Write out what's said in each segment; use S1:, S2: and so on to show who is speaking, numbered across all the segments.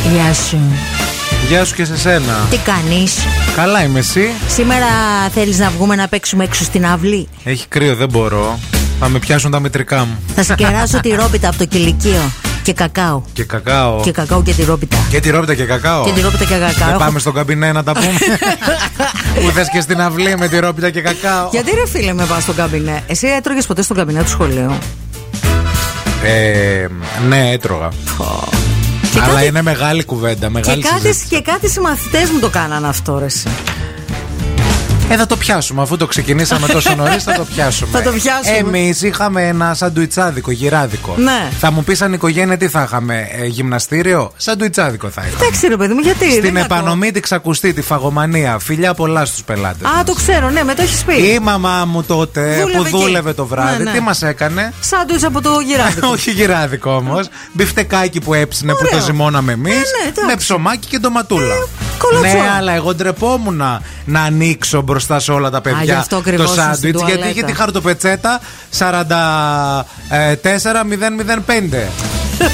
S1: Γεια σου.
S2: Γεια σου και σε σένα.
S1: Τι κάνεις.
S2: Καλά είμαι εσύ.
S1: Σήμερα θέλεις να βγούμε να παίξουμε έξω στην αυλή.
S2: Έχει κρύο, δεν μπορώ. Θα με πιάσουν τα μετρικά μου.
S1: Θα σου κεράσω τη ρόπιτα από το κηλικείο. Και κακάο.
S2: Και κακάο.
S1: Και κακάο και τη ρόπιτα.
S2: Και τη ρόπιτα και κακάο.
S1: Και τη ρόπιτα και κακάο.
S2: Δεν Ε, πάμε στον καμπινέ να τα πούμε. Ήρθε και στην αυλή με τη ρόπιτα και κακάο.
S1: Γιατί ρε φίλε με πας στον καμπινέ. Εσύ έτρωγες ποτέ στον καμπινέ του σχολείου.
S2: Ε, ναι, έτρωγα.
S1: Πω.
S2: Και Αλλά ε,
S1: κάτι-
S2: είναι μεγάλη κουβέντα.
S1: Και
S2: Μεγάλη
S1: κάτι,
S2: συζήτηση.
S1: και κάτι συμμαθητές μου το κάνανε αυτό, ρε. εσύ.
S2: Ε, θα το πιάσουμε. Αφού το ξεκινήσαμε τόσο νωρίς, θα το πιάσουμε.
S1: Θα το πιάσουμε.
S2: Εμείς είχαμε ένα σαντουιτσάδικο, γυράδικο.
S1: Ναι.
S2: Θα μου πεις αν οικογένεια τι θα είχαμε, ε, γυμναστήριο. Σαντουιτσάδικο θα είχαμε.
S1: Εντάξει, ρε παιδί μου, γιατί. δεν
S2: Στην
S1: είναι κακό.
S2: επανομή τη ξακουστή, τη φαγομανία. Φιλιά πολλά στους πελάτες.
S1: Α, το ξέρω, ναι, με το έχεις πει.
S2: Η μαμά μου τότε
S1: Δούλευε
S2: που
S1: εκεί.
S2: δούλευε το βράδυ,
S1: Ναι, ναι.
S2: τι μας έκανε.
S1: Σάντουιτ από το γυράδικο.
S2: Όχι γυράδικο όμως. Μπιφτεκάκι που έψινε που
S1: Ωραίο.
S2: το ζυμώναμε εμείς.
S1: ναι, εντάξει. Ε,
S2: με ψωμάκι και ντοματούλα.
S1: κολατσό.
S2: ναι, αλλά εγώ ντρεπόμουν να, να ανοίξω μπροστά σε όλα τα
S1: γι'
S2: παιδιά
S1: αυτό
S2: το
S1: κρυβόσουν στην
S2: σάντουιτ γιατί
S1: τουαλέτα.
S2: είχε τη χαρτοπετσέτα ε, 44005.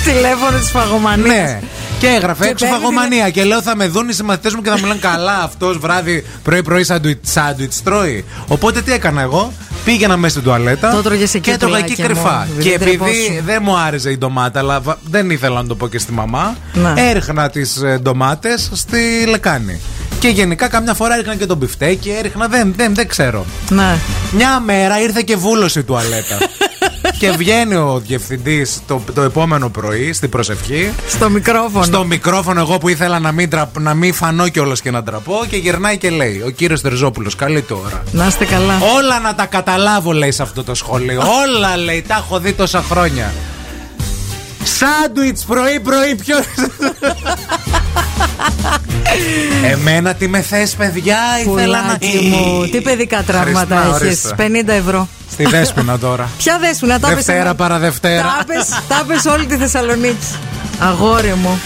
S1: Τηλέφωνο της φαγωμανία.
S2: Ναι. Και έγραφε
S1: Και
S2: έξω
S1: παίρνει
S2: φαγωμανία. Και λέω θα με δουν οι συμμαθητές μου και θα μου λένε καλά αυτός βράδυ πρωί-πρωί σάντουιτ σάντουιτς τρώει. Οπότε τι έκανα εγώ. Πήγαινα μέσα στην τουαλέτα
S1: Το έτρωγες εκεί,
S2: και έτρωγα εκεί
S1: πουλάκια μου,
S2: κρυφά.
S1: επειδή
S2: Και
S1: δεν
S2: επειδή
S1: τρεπόσουν.
S2: δεν μου άρεσε η ντομάτα, αλλά βα- δεν ήθελα να το πω και στη μαμά,
S1: Ναι.
S2: έριχνα τις ντομάτες στη λεκάνη. Και γενικά καμιά φορά έριχνα και τον μπιφτέκι, έριχνα. Δεν, δεν, δεν ξέρω.
S1: Ναι.
S2: Μια μέρα ήρθε και βούλωσε η τουαλέτα. και βγαίνει ο διευθυντής το, το επόμενο πρωί στην προσευχή.
S1: Στο μικρόφωνο.
S2: Στο μικρόφωνο, εγώ που ήθελα να μην, τρα... να μην φανώ κιόλας και να ντραπώ, και γυρνάει και λέει: Ο κύριος Τερζόπουλο, καλή τώρα.
S1: Να είστε καλά.
S2: Όλα να τα καταλάβω, λέει σε αυτό το σχολείο. Όλα λέει, τα έχω δει τόσα χρόνια. Σάντουιτ πρωί-πρωί, ποιο. Εμένα τι με θες, παιδιά, ήθελα να.
S1: Πουλάκι μου, τι παιδικά
S2: Χριστίνα,
S1: τραύματα έχεις.
S2: ορίστε.
S1: 50 ευρώ.
S2: Στη δέσπινα τώρα.
S1: Ποια δέσου να τα
S2: Δευτέρα παρα Δευτέρα.
S1: Τα πες όλη τη Θεσσαλονίκη. Αγόρι μου.